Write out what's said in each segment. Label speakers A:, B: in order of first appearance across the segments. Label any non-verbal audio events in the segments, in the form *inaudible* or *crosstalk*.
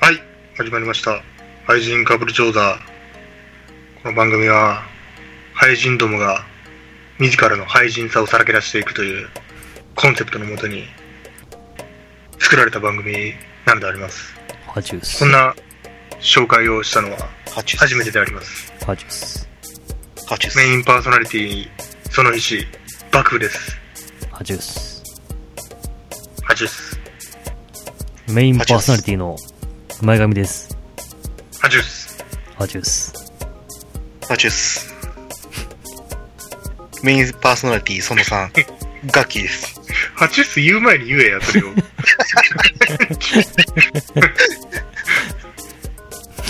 A: はい、始まりました。愛人カブルチョーダー。この番組は、廃人どもが自らの廃人さをさらけ出していくというコンセプトのもとに作られた番組なのであります。
B: ハジュ
A: そ
B: ス
A: ん。な紹介をしたのは
C: カチュス。
A: 初めてであります。
B: ハジュス。
C: カチュス。
A: メインパーソナリティ、その石、幕府です。
B: ハジュス。
A: ハチュス。
B: メインパーソナリティの前髪です。
A: ハチュス。
B: ハジュス。
C: カチュス。メインパーソナリティ、そ
A: *laughs*
C: のさん。ガッキーです。
A: ハチュス言う前に言えや、それを。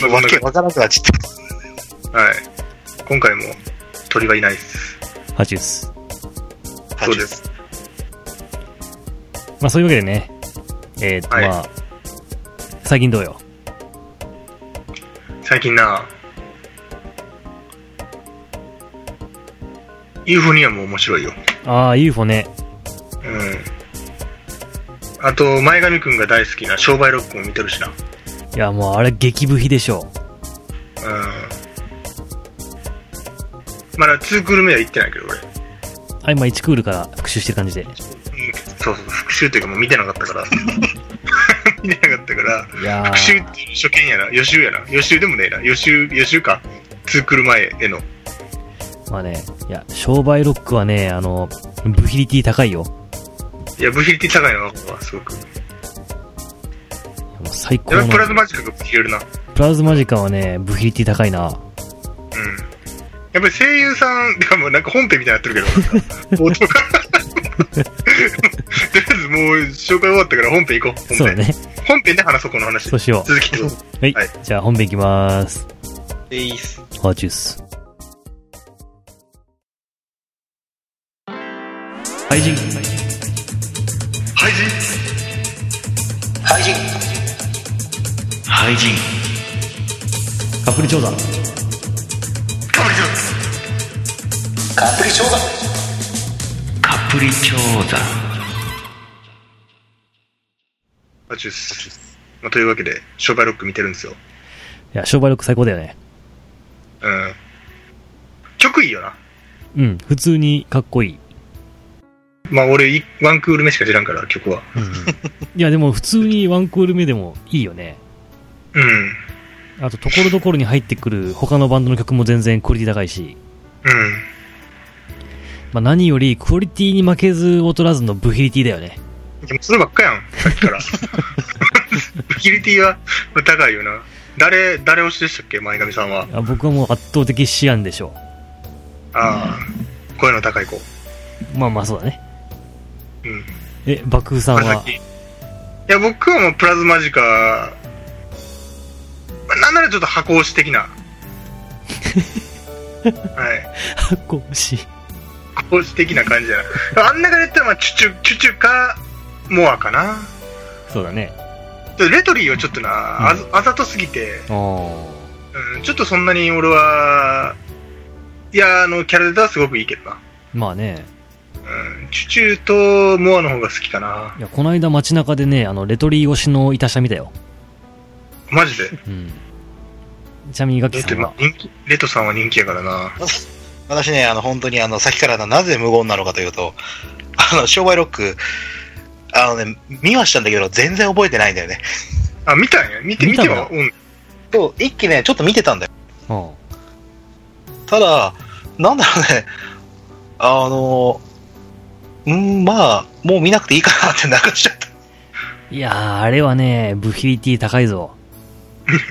A: まあ
C: わけわからなくなっちゃった。
A: はい。今回も鳥がいないです。
B: ハジュス。
C: カチュス。
B: まあそういうわけでね、えーと、
A: はい
B: まあ、最近どうよ。
A: 最近な、ユーフォニアも面白いよ。
B: ああ、UFO ね。
A: うん。あと、前髪くんが大好きな商売ロックも見てるしな。
B: いや、もうあれ激部費でしょ。
A: うん。まだ2クール目は行ってないけど、俺。
B: あ、今1クールから復習してる感じで。
A: うんそうそう、復習というかもう見てなかったから。 *laughs* 見てなかったから。
B: いや
A: 復習って
B: ー、
A: いう初見やな。予習やな。予習でもねえな。予習、予習か。2クール前への。
B: まあね、いや、商売ロックはね、あの、ブヒリティ高いよ。
A: いや、ブヒリティ高いのは、すごく。
B: もう最高
A: やっ
B: の。
A: ぱプラズマジックが消えるな。うん。
B: プラズマジカはね、ブヒリティ高いな。
A: やっぱり声優さんがもうなんか本編みたいになってるけど、なんか、
B: *laughs*
A: 冒頭から。とりあえずもう紹介終わったから本編行こう。
B: そ
A: 本
B: う
A: 編。
B: だね。
A: 本編で話そう、この話。
B: そうしよ
A: 続きどうぞ。
B: う。はい
A: はい。
B: じゃあ本編いきまーす。
C: でいいっす。
B: ハジュス。愛人。
A: 廃人
C: 廃人。
B: カップル調査。
A: カブリです
C: カプリ調査。
A: あちゅっす。まあ、というわけで、商売ロック見てるんですよ。
B: いや、商売力最高だよね。
A: うん。曲いいよな。
B: うん、普通にかっこいい。
A: まあ俺い、ワンクール目しか知らんから、曲は。
B: うん、いや、でも普通にワンクール目でもいいよね。
A: うん。
B: あと、ところどころに入ってくる他のバンドの曲も全然クオリティ高いし、
A: うん。
B: まあ、何よりクオリティに負けず劣らずのブヒリティだよね。
A: でもそればっかやん、さっきから。ブヒリティは高いよな。誰、誰推しでしたっけ、前髪さんは。
B: あ僕はもう圧倒的シアンでしょ
A: ああ、声の高い子。
B: う。まあまあそうだね。
A: うん。
B: え、爆風さん
A: まあさ
B: は
A: っき。いや、僕はもうプラズマジカ、まあなんならちょっと箱推し *laughs* 的な。はい。
B: 箱推し。
A: 箱推し的な感じだな。あん中で言ったら、まあ、チュチュ、チュチュか、モアかな。
B: そうだね。
A: ちょっとレトリーはちょっとな、あざあざとすぎて、
B: あー
A: うん、ちょっとそんなに俺は、いや、あの、キャラデザはすごくいいけどな。
B: まあね。。
A: うんチュチュとモアの方が好きかない
B: や、この間街中でね、あの、レトリー推しのいたしゃ見たよ。
A: マジで。
B: うん。ちなみにガキ
A: だっ
B: さ
A: て、
B: んは
A: まあ、、人気、レトさんは人気やからな。
C: 私ね、あの、本当に、あの、さっきからななぜ無言なのかというと、あの、商売ロック、あのね、見はしたんだけど、全然覚えてないんだよね。
A: あ、見たんや。見て、見
B: 見た
A: て
B: の
A: は、うん。
C: そう、一気ね、ちょっと見てたんだよ。
B: うん
C: ただ、なんだろうね、あの、うん、まあ、もう見なくていいかなって流しちゃった。
B: いやー、あれはね、ブヒリティ高いぞ。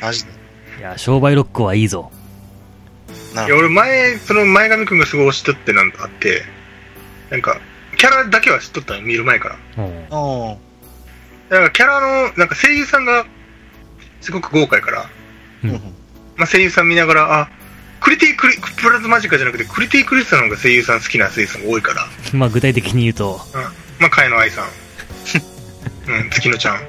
C: マジで。
B: いや、商売ロックはいいぞ。
C: ない
A: や、
C: る
A: 俺前、その前髪くんがすごい推しとってなんかあって、なんか、キャラだけは知っとったの、見る前から。
B: うん。
C: ほど。
A: だからキャラの、なんか声優さんが、すごく豪華やから、
B: う
C: うんん。うん
A: まあ、声優さん見ながら、あ、クリティクリ、プラズマジカじゃなくて、クリティクリスさんの方が声優さん好きな声優さんが多いから、
B: まあ、具体的に言うと、
A: まあ、かえの愛さん。うん、月野ちゃん。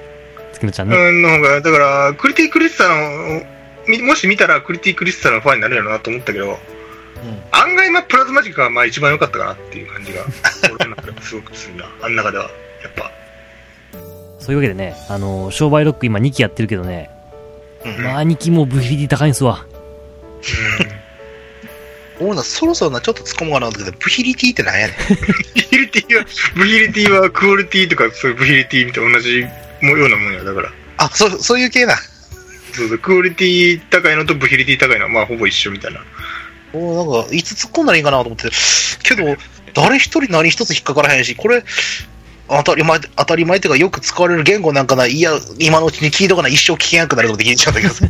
B: 月野ちゃんね。
A: うん、の方が、だから、クリティ・クリスタの、みもし見たらクリティ・クリスタのファンになれるよなと思ったけど、案外、まあ、プラズマジカがまあ一番良かったかなっていう感じが、俺の中ですごくするな、あん中では、やっぱ。
B: そういうわけでね、あのー商売ロック今2期やってるけどね、
C: うん
B: まあ、兄貴もブヒリ高いんすわ。
C: 俺な、そろそろな、ちょっと突っ込もうかなと思ってたけど、ブヒリティってなんやねん。
A: ブヒリティは、ブヒリティはクオリティとか、そういうブヒリティみたいな同じもようなもんや、だから。
C: あ、そ、そういう系な。
A: そうそう、クオリティ高いのとブヒリティ高いのは、まあ、ほぼ一緒みたいな。
C: おーなんか、いつ突っ込んだらいいかなと思ってたけど、誰一人何一つ引っかからへんし、これ、当たり前、当たり前っていうか、よく使われる言語なんかない、いや、今のうちに聞いとかない、一生聞けなくなると思って聞いちゃったけど
A: *laughs*
C: さ。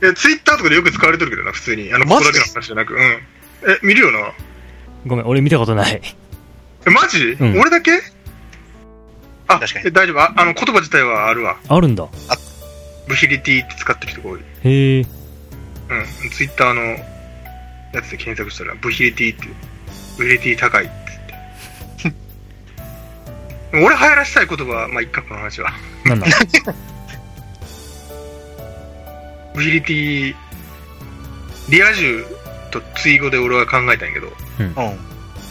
A: で、ツイッターとかでよく使われてるけどな、普通に。あの、こ
C: マ
A: こだ
C: ジで
A: けの話じゃなく。うん。え、見るよな。
B: ごめん、俺見たことない。
A: え、マジ、
B: ん
A: 俺だけあ、
C: 確かに
A: え大丈夫。ああの、言葉自体はあるわ。
B: あるんだ。
A: ブヒリティって使ってる人が多い。
B: へえ。
A: うん。ツイッターのやつで検索したら、ブヒリティって、ブヒリティ高いって言って。 *laughs* 俺流行らせたい言葉は、まあ、一回この話は。
B: *laughs* なんだ
A: ブヒリティ、リア充と追語で俺は考えたんやけど、
C: うん。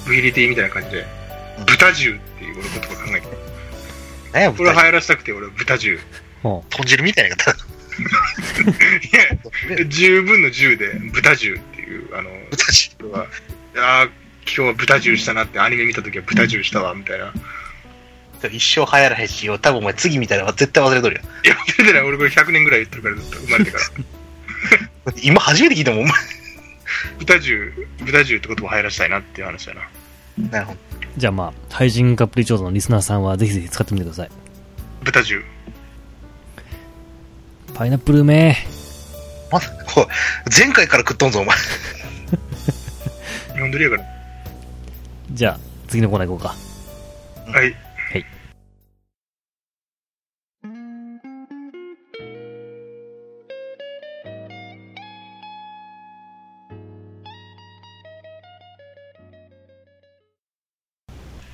A: ブヒリティみたいな感じで
C: うん、
A: 豚獣っていう俺言葉考えてる。
C: 何や、
A: これ
C: 豚
A: 流行らせたくて俺は豚
C: *laughs*
A: 獣。
B: ほ
C: 豚汁みたいな方。
A: いや、10分の10で豚獣っていう、あの、
C: 豚汁。
A: 人がいやー今日は豚汁したなって、アニメ見た時は豚汁したわ、みたいな。
C: 一生流行らへんしよ。多分お前次みたいなのは絶対忘れとるよ。
A: いや、忘れてない。俺これ100年ぐらい言ってるから、ずっと生まれ *laughs* てから。
C: 今初めて聞いたもん、お前。
A: 豚汁、豚汁って言葉流行らしたいなっていう話だな。
C: なるほど。
B: う。じゃあまあ、廃人カプリ調査のリスナーさんはぜひぜひ使ってみてください。
A: 豚汁。
B: パイナップルうめ
C: まだ、こう、前回から食っとんぞ、お前。
A: 日本撮りやから。
B: え。じゃあ、次のコーナー行こうか。
A: はい。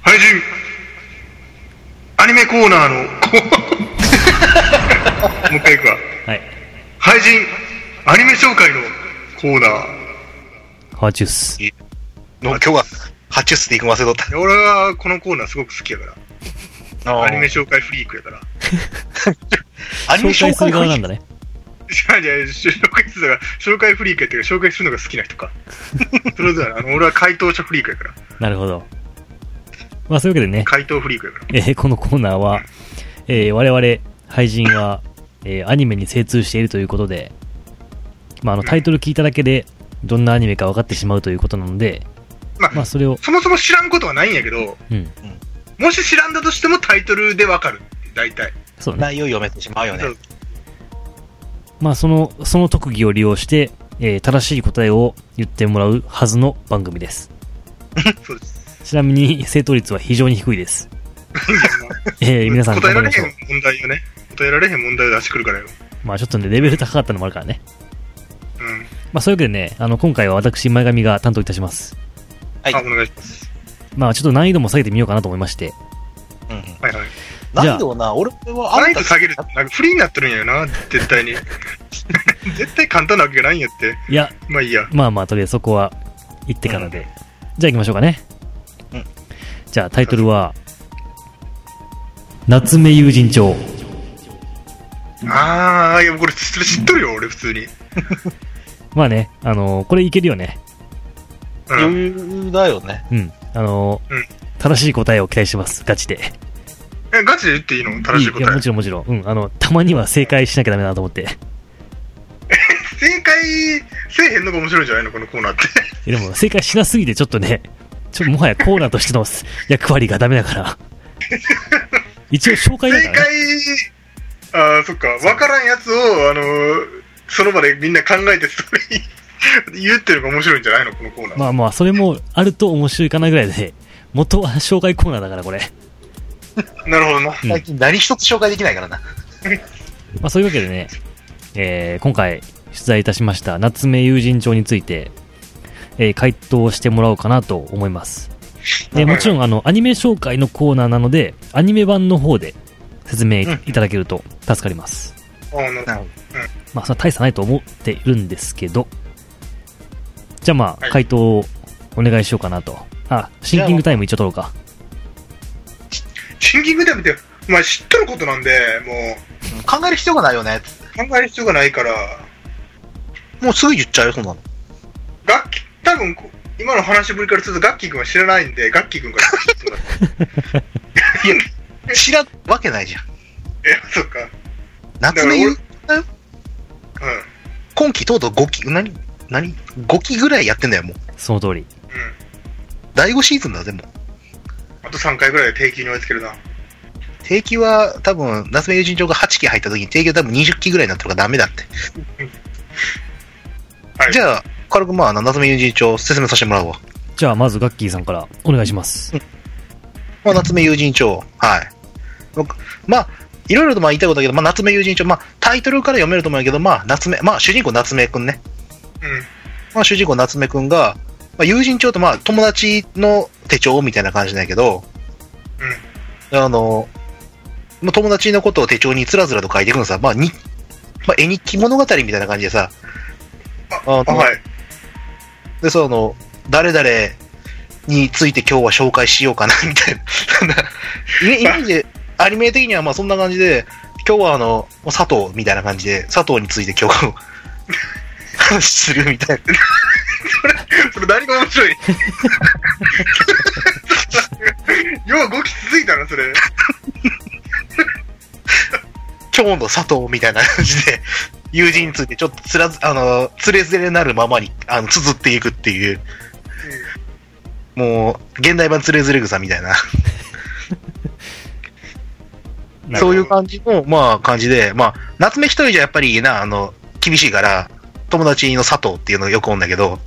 A: 配信アニメコーナー *laughs* のコーもう一回いくわ。
B: はい。
A: 配信アニメ紹介のコーナー。
B: ハーチュース。
C: もう今日は、ハチュスで行くの忘れとっ
A: いや俺はこのコーナーすごく好きやか
C: た。
A: ら。アニメ紹介フリークやから。
C: アニメ
B: 紹
C: 紹
B: 介す
C: 介
B: る
C: が
B: 側なんだね。
A: じゃあ、じゃあ、紹介するのが、紹介フリークやってるから、紹介するのが好きな人 *laughs* か。それぞれ、あの、俺は回答者フリークやから。
B: なるほど。まあ、そういうわけでね、
A: 回答フリークやから。
B: えーこのコーナーは、えー我々、俳人は、えーアニメに精通しているということで、まあ、あのタイトル聞いただけで、どんなアニメか分かってしまうということなので、
A: まあ
B: まあ、それを、
A: そもそも知らんことはないんやけど、
B: うん、
A: もし知らんだとしてもタイトルでわかる。大体。
B: そうね。
C: 内容読めてしまうよね
A: そ。う
B: まあ、その、その特技を利用して、えー正しい答えを言ってもらうはずの番組です。
A: そうです。
B: ちなみに、正答率は非常に低いです。 *laughs* え
A: *laughs*
B: ー皆さん、
A: 答えられ
B: 頑張
A: へ
B: りましょ
A: ん問題よね。答えられへん問題を出してくるからよ。
B: うまあ、ちょっとね、レベル高かったのもあるからね。
A: うん。
B: まあ、そういうわけでね、あの、今回は私、前髪が担当いたします。
C: はい
A: あ、お願いします。
B: まあ、ちょっと難易度も下げてみようかなと思いまして、
C: うんうん。
A: はいはい。
C: なんでもな、俺は
A: あ
C: あ
A: い
C: んた
A: と下げる。なんかフリーになってるんやよな、絶対に。 *laughs* 絶対簡単なわけがないんやって。
B: いや、
A: まあいいや。
B: まあまあ、とりあえずそこは行ってからで。
A: うん
B: じゃあ行きましょうかね。
C: うん
B: じゃあタイトルは、夏目友人帳。
A: あー、いや、これ知っとるよ、俺、普通に。
B: まあね、あのーこれいけるよね。
A: うん
C: 余裕だよね。
B: うん。あのー
A: うん
B: 正しい答えを期待してます。ガチで。
A: え、ガチで言っていいの正しい答
B: や、
A: え
B: も。ちろんもちろん。うん。あの、たまには正解しなきゃダメだなと
A: *laughs*
B: 思って。
A: 正解せえへんのが面白いんじゃないのこのコーナーって。
B: いやでも、正解しなすぎてちょっとね、ちょっともはやコーナーとしての *laughs* 役割がダメだ
A: *laughs*
B: から。一応紹介だ
A: 正
B: からね。
A: 解、ああ、そっか、わからんやつを、あのーその場でみんな考えて、それ *laughs* 言うっていうのが面白いんじゃないのこのコーナー。
B: まあまあ、それもあると面白いかなぐらいで、元は紹介コーナーだからこれ。
A: なるほどな。
B: うん
C: 最近何一つ紹介できないからな。
B: まあ、そういうわけでね、えー今回取材いたしました夏目友人帳について、えー回答してもらおうかなと思います。でもちろんあのアニメ紹介のコーナーなので、アニメ版の方で説明い
C: うん
B: ただけると助かります。
A: あーなるほど
C: なるほ
B: まあ、それは大差ないと思っているんですけど、じゃあま
A: は
B: あ、
A: い
B: 回答をお願いしようかなと。あ、シンキングタイム一応取ろうか。
A: シンキングタイムって、お前知っとることなんで、も
C: ど。考える必要がないよね。つって
A: 考える必要がないから、
C: もうすぐ言っちゃうよ、そんなの。
A: 楽器、多分こ今の話ぶりからすると、ガッキー君は知らないんで、ガッキー君から
B: *laughs*
A: 聞いてもらって。
C: 知らんわけないじゃん。
A: いや、そっか。
C: 夏目ゆう
A: うん。
C: 今期とうとう5期、何何 ?5 期ぐらいやってんだよ、もう。
B: その通り。
A: うん。
C: 第5シーズンだぜ、もう。
A: あと3回ぐらいで定休に追いつけるな。
C: 定期は多分、夏目友人帳が8期入った時に定期は多分20期ぐらいになってるからダメだって。
A: はい。
C: じ
A: あ、
C: ゃあ、軽くまあ、夏目友人帳説明させてもらうわ。
B: じゃあ、まずガッキーさんからお願いします。
C: まあ、夏目友人帳。はい。僕まあ、いろいろとまあ言いたいことだけど、まあ、夏目友人帳、まあ、タイトルから読めると思うんやけど、まあ、夏目、まあ、主人公夏目くんね。
A: う
C: まあ、主人公夏目くんが、まあ、友人帳とまあ、友達の手帳みたいな感じなんやけど、あの、まあ、友達のことを手帳につらつらと書いていくのさ、まあ、に、まあ、絵日記物語みたいな感じでさ、あ
A: ん。あ、
C: の
A: はい。
C: で、その、誰々について今日は紹介しようかな、 *laughs* みたいな。イメイメージで、アニメ的にはまあそんな感じで、今日はあの、佐藤みたいな感じで、佐藤について今日、話するみたいな。
A: それ何が面 *laughs* 白いよう動き続いたな、それ。
C: 今日の佐藤みたいな感じで、 *laughs* 友人についてちょっとつらず、あの、つれづれなるままに、あの、綴っていくっていう、もう、現代版つれづれ草みたいな。
B: なる
C: そ
B: ほ
C: う
B: ど
C: いう感じの、まあ、感じで、まあ、夏目一人じゃやっぱりな、あの、厳しいから、友達の佐藤っていうのよくおるんだけど、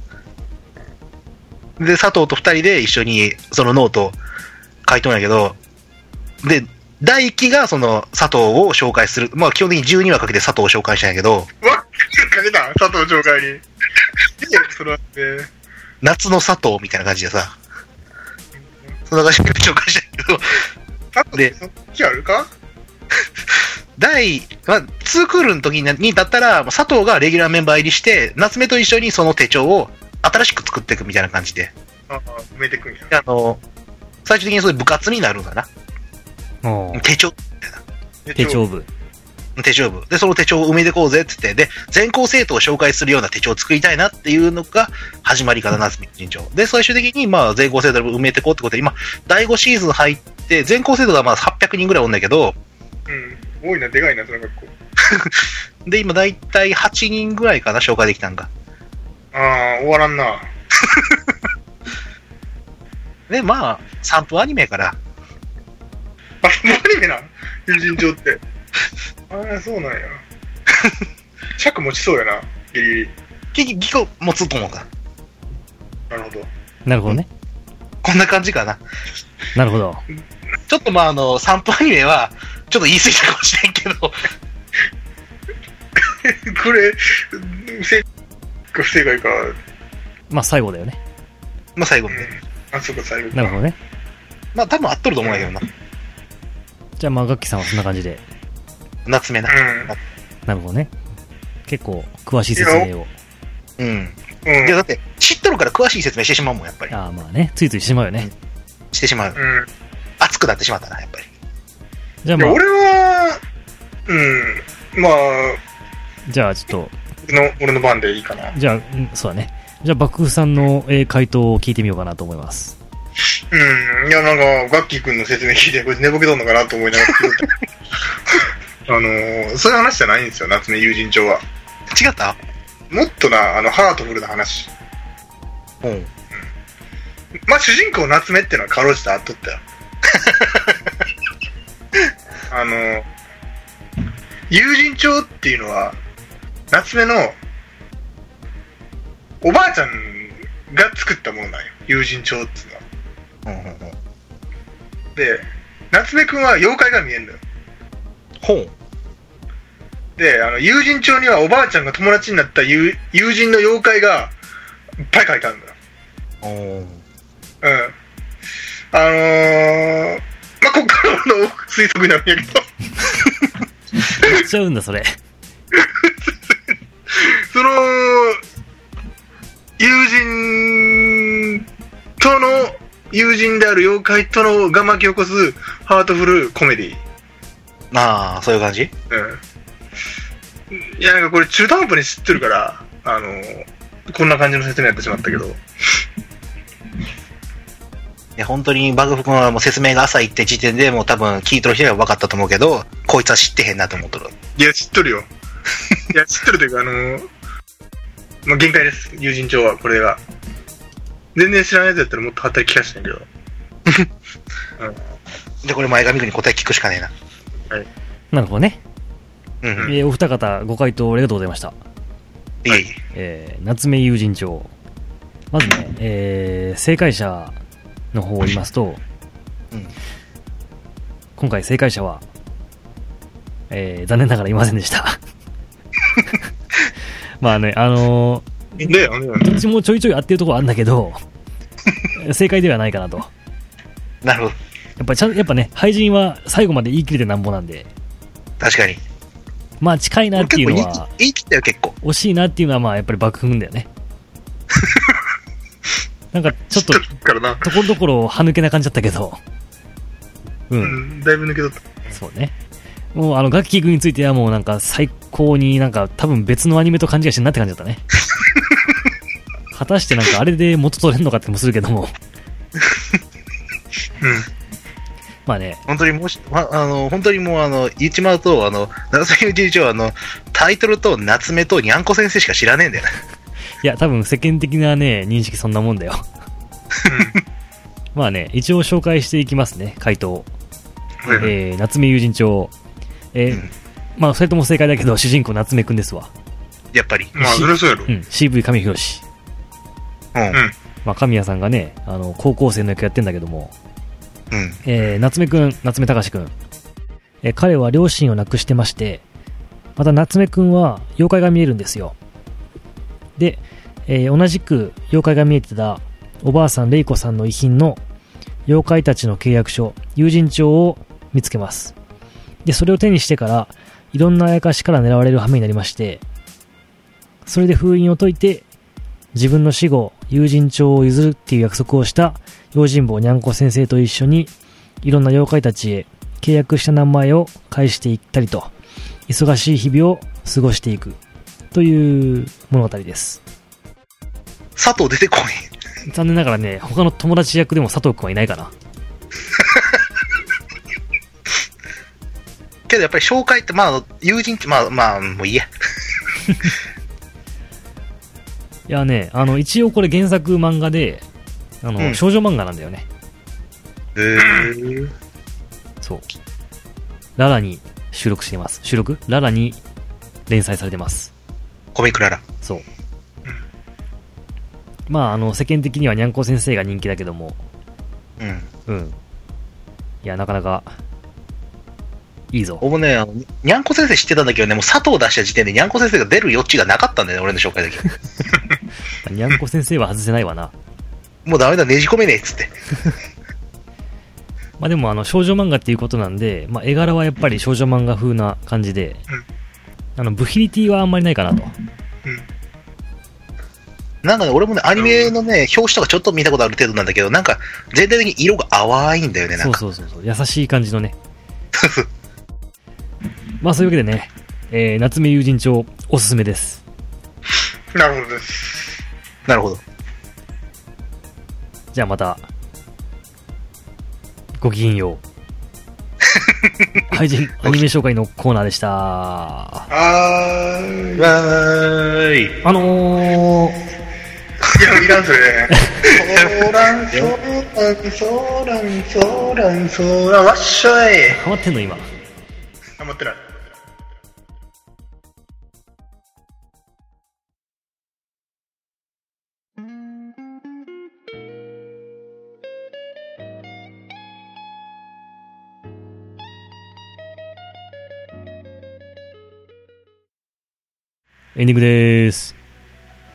C: で、佐藤と二人で一緒にそのノートを書いとんやけど、で、第一期がその佐藤を紹介する。まあ、基本的に12話かけて佐藤を紹介したんやけど、
A: うん。わっ、かけた佐藤紹介に。いいよ、それはね。
C: 夏の佐藤みたいな感じでさ、そんな感じで紹介したんやけど、
A: 佐藤
C: で
A: その気あるか
C: 第、まあ、ツークールの時ににだったら、佐藤がレギュラーメンバー入りして、夏目と一緒にその手帳を新しく作っていくみたいな感じで。
A: ああ、埋めてくんや。
C: であの、最終的にそういう部活になるんだな。
B: おー
C: 手帳、
B: 手帳部。
C: 手帳部。で、その手帳を埋めてこうぜって言って、で、全校生徒を紹介するような手帳を作りたいなっていうのが始まりかな、夏目人帳。で、最終的に、まあ、全校生徒を埋めてこうってことで、今、第5シーズン入って、全校生徒がまあ800人ぐらいおるんだけど、
A: うん。多いな、でかいな、その格好。
C: で、今、だいたい8人ぐらいかな、紹介できたんが。
A: ああ、終わらんな。
C: で、まあ、3分アニメやから、
A: あ、そのアニメな。友人帳って。ああ、そうなん *laughs* や。尺持ちそうやな、ギリギリ。
C: 結局、結構持つと思うから。
A: なるほど。
B: なるほどね。
C: こんな感じかな。
B: なるほど。
C: ちょっとまあ、あの、散歩アニメは、ちょっと言い過ぎたかもしれんけど、 *laughs*
A: これ、うん正解か不正解か。
B: まあ、最後だよね。
C: まあ最後
A: う
C: まで。
A: ん。あ、そうか、最後か。
B: なるほどね。
C: まあ多分合っとると思うんだけどな。
B: じゃあ、まあ、ガッキーさんはそんな感じで。
C: 夏目な。
B: なるほどね。結構、詳しい説明を。
C: うん。
A: うん。うん。
C: いや、だって、知っとるから詳しい説明してしまうもん、やっぱり。
B: ああ、まあね。ついついしてしまうよね。
C: してしまう。
A: うん。
C: 熱くなってしまったな、やっぱり。
B: じゃあ、
A: いや、
B: まあ、
A: 俺は、うん、まあ、
B: じゃあ、ちょっ
A: 俺の俺の番でいいかな。
B: と、じゃあ、うんそうだね。じゃあ、爆風さんの、えー回答を聞いてみようかなと思います。
A: うん、いや、なんか、ガッキー君の説明聞いて、こいつ寝ぼけとんのかなと思いながら聞いて
C: *laughs*
A: たあのーそういう話じゃないんですよ、夏目友人帳は。
C: 違った
A: もっとな、あの、ハートフルな話。
C: うん。
A: まあ、主人公夏目ってのはかろうじてあっとったよ。あのー友人帳っていうのは、夏目の、おばあちゃんが作ったものなんよ、友人帳っていうのは。
C: うん、うん、うん。
A: で、夏目くんは妖怪が見えんのよ。
C: 本。
A: で、あの、友人帳にはおばあちゃんが友達になった友友人の妖怪がいっぱい書いてあるんだよ。
C: お
A: うん。あのー、まあ、こっからの推測になるんやけど、
B: 言っちゃうんだ、それ。
A: その、友人との、友人である妖怪とのが巻き起こすハートフルコメディ
C: まあ、そういう感じ
A: うんいや、なんかこれ中途半端に知ってるから、あの、こんな感じの説明やってしまったけど、
C: いや、本当にバグフ君はもう説明が浅いって時点でもう多分聞いてる人は分かったと思うけど、こいつは知ってへんなと思っとる。
A: いや、知っとるよ。いや、知っとるというか、あの、まあ、限界です、友人帳は、これが。全然知らないやつやったらもっとはったり聞かしてんけど。
C: で、これ前髪君に答え聞くしかねえな。
B: なるほどね。
C: うん、うん。い
B: えーお二方、ご回答ありがとうございました。
C: えいえ。
B: えー夏目友人帳。まずね、えー正解者の方を言いますと、
C: うん
B: 今回正解者は、えー残念ながらいませんでした。 *laughs* まあね、あの
A: で、あの、
B: ー、どっちもちょいちょい合ってるところあるんだけど、正解ではないかなと。や
C: なるほど。
B: っぱちゃんやっぱね、廃人は最後まで言い切れてなんぼなんで、確
C: かに。
B: まあ近いなって
C: 結
B: いう
C: 構
B: の
C: 言い
B: は、
C: 言い切ったよ、結構。
B: 惜しいなっていうのはまあやっぱり爆んだよね。なんかちょっと
A: 知っとるからな。
B: ところどころ歯抜けな感じだったけど。う、
A: うんん、だいぶ抜けとった。
B: そうね。もうあの、ガッキー君についてはもうなんか最高になんか多分別のアニメと勘違いしてんなって感じだったね。果たしてなんかあれで元取れんのかって気もするけども。
A: うん。
B: まあね、
C: 本当にもうし、ま、あの、本当にもう、あの、言っちまうと、あの、夏目友人帳、あの、タイトルと夏目とにゃんこ先生しか知らねえんだよね。
B: いや多分世間的なね、認識そんなもんだよ。まあね、一応紹介していきますね、回答を。
A: うんはい
B: えー、夏目友人帳。えー
C: うん
B: まあ、それとも正解だけど、主人公夏目くんですわ。
C: やっぱり。
A: まあ、そりゃそうやろ
B: う。ん、CV 上博史。
C: うん。うん。
B: まあ、神谷さんがね、あの、高校生の役やってんだけども、
C: うん。
B: えー夏目くん、夏目隆くん。えー彼は両親を亡くしてまして、また夏目くんは妖怪が見えるんですよ。で、えー同じく妖怪が見えてたおばあさん、玲子さんの遺品の妖怪たちの契約書、友人帳を見つけます。で、それを手にしてから、いろんなあやかしから狙われる羽目になりまして、それで封印を解いて、自分の死後、友人帳を譲るっていう約束をした用心棒にゃんこ先生と一緒にいろんな妖怪たちへ契約した名前を返していったりと、忙しい日々を過ごしていくという物語です。
C: 佐藤出てこい。
B: 残念ながらね、他の友達役でも佐藤くんはいないかな。
C: けどやっぱり紹介って、まあ、友人って、まあ、まあ、もういいや。
B: いやね、あの、一応これ原作漫画で、あの、
C: うん
B: 少女漫画なんだよね。
C: えー、
B: そう。ララに収録しています。収録ララに連載されてます。
C: コミックララ。
B: そう。まあ、あの、世間的にはにゃんこ先生が人気だけども、
C: うん。
B: うん。いや、なかなか、いいぞ。
C: 僕ね、あの、にゃんこ先生知ってたんだけどね、もう佐藤出した時点でにゃんこ先生が出る余地がなかったんだよね、俺の紹介だけ。
B: にゃんこ先生は外せないわな。
C: もうダメだ、ねじ込めねえっつって。
B: まあでも、あの、少女漫画っていうことなんで、まあ、絵柄はやっぱり少女漫画風な感じで、あの、ブヒリティはあんまりないかなと。
C: なんかね、俺もね、アニメのね、表紙とかちょっと見たことある程度なんだけど、なんか、全体的に色が淡いんだよね、な
B: そ
C: ん
B: う
C: か。
B: そうそうそう。優しい感じのね。まあ、そういうわけでね、えー夏目友人帳、おすすめです。
A: なるほどです。
C: なるほど。
B: じゃあまた、ごきげん *laughs* よう。はい、じゃあアニメ紹介のコーナーでした。
A: あーい
C: わーい。
B: あのー、
A: や、いらんそれ。そーらん、そーらん、そーらん、そーらん、そーらん、わっしょい。
B: ハマってんの今。
A: あ、待ってない。
B: エンディングでーす。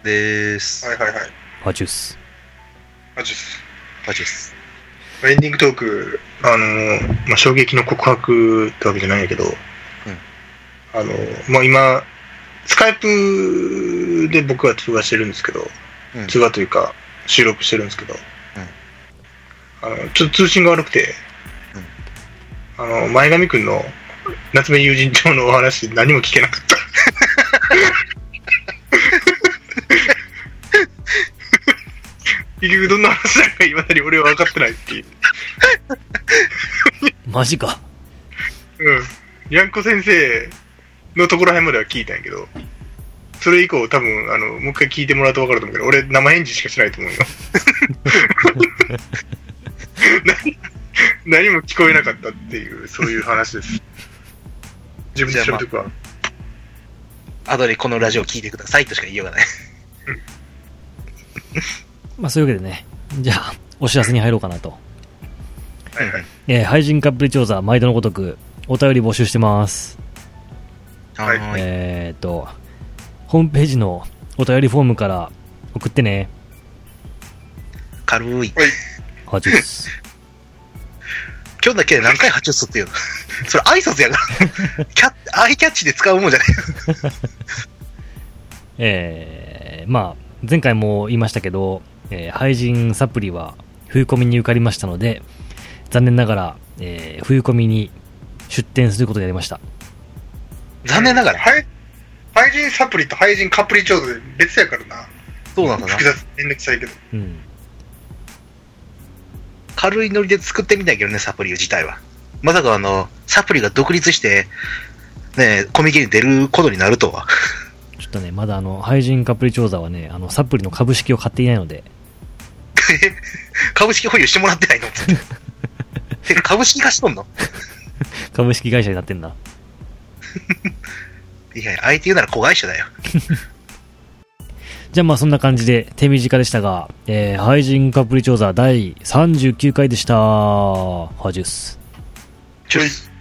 C: でーす。
A: はいはいはい。
B: パチュース。
A: あ、ちょっと。
C: マジです。
A: エンディングトーク、あのーまあ、衝撃の告白ってわけじゃないんやけど、あのーまあ、今、スカイプで僕は通話してるんですけど、
C: うん
A: 通話というか、収録してるんですけど、あのちょっと通信が悪くて、
C: *laughs*
A: あの前髪くんの夏目友人帳のお話、何も聞けなかった。結局どんな話だかいまだに俺は分かってないっていう。
B: マジか。
A: うん。ヤンコ先生のところへんまでは聞いたんやけど、それ以降多分、あの、もう一回聞いてもらうと分かると思うけど、俺生返事しかしないと思うよ。 *laughs* *laughs* 何何も聞こえなかったっていう、そういう話です。自分で調べてくわ。
C: 後でこのラジオ聞いてくださいとしか言いようがない。
B: まあそういうわけでね、じゃあ、お知らせに入ろうかなと。
A: はいはい。
B: えー、廃人カップル調査、毎度のごとく、お便り募集してます。
A: はい
C: *laughs* はーい
B: えーっと、ホームページのお便りフォームから送ってね。
C: 軽い。
B: あ、ちょっす。 *laughs*
C: 今日だけで何回ハチュッソっていうの *laughs* それ挨拶や *laughs* から。キャッアイキャッチで使うもんじゃない。
B: えーまあ、前回も言いましたけど、えー、廃人サプリは冬コミに受かりましたので、残念ながら、えー冬コミに出店することになりました。
C: 残念ながら。
A: はい。廃人サプリと廃人カプリ調査で別やからな。
C: そうなんだな
A: 複。雑、めんどくさいけど。
B: うん。
C: 軽いノリで作ってみたいけどね、サプリ自体は。まさかあの、サプリが独立して、ね、コミケに出ることになるとは。
B: ちょっとね、まだあの、廃人カプリ調査はね、あの、サプリの株式を買っていないので、
C: 株式保有してもらってないのつって。てか株式化しとんの
B: 株式会社になってんだ。
C: いやいや、相手言うなら子会社だよ。
B: じゃあまあそんな感じで手短でしたが、えー、廃人カプリ調査第39回でした。ハジュース。
C: ちょい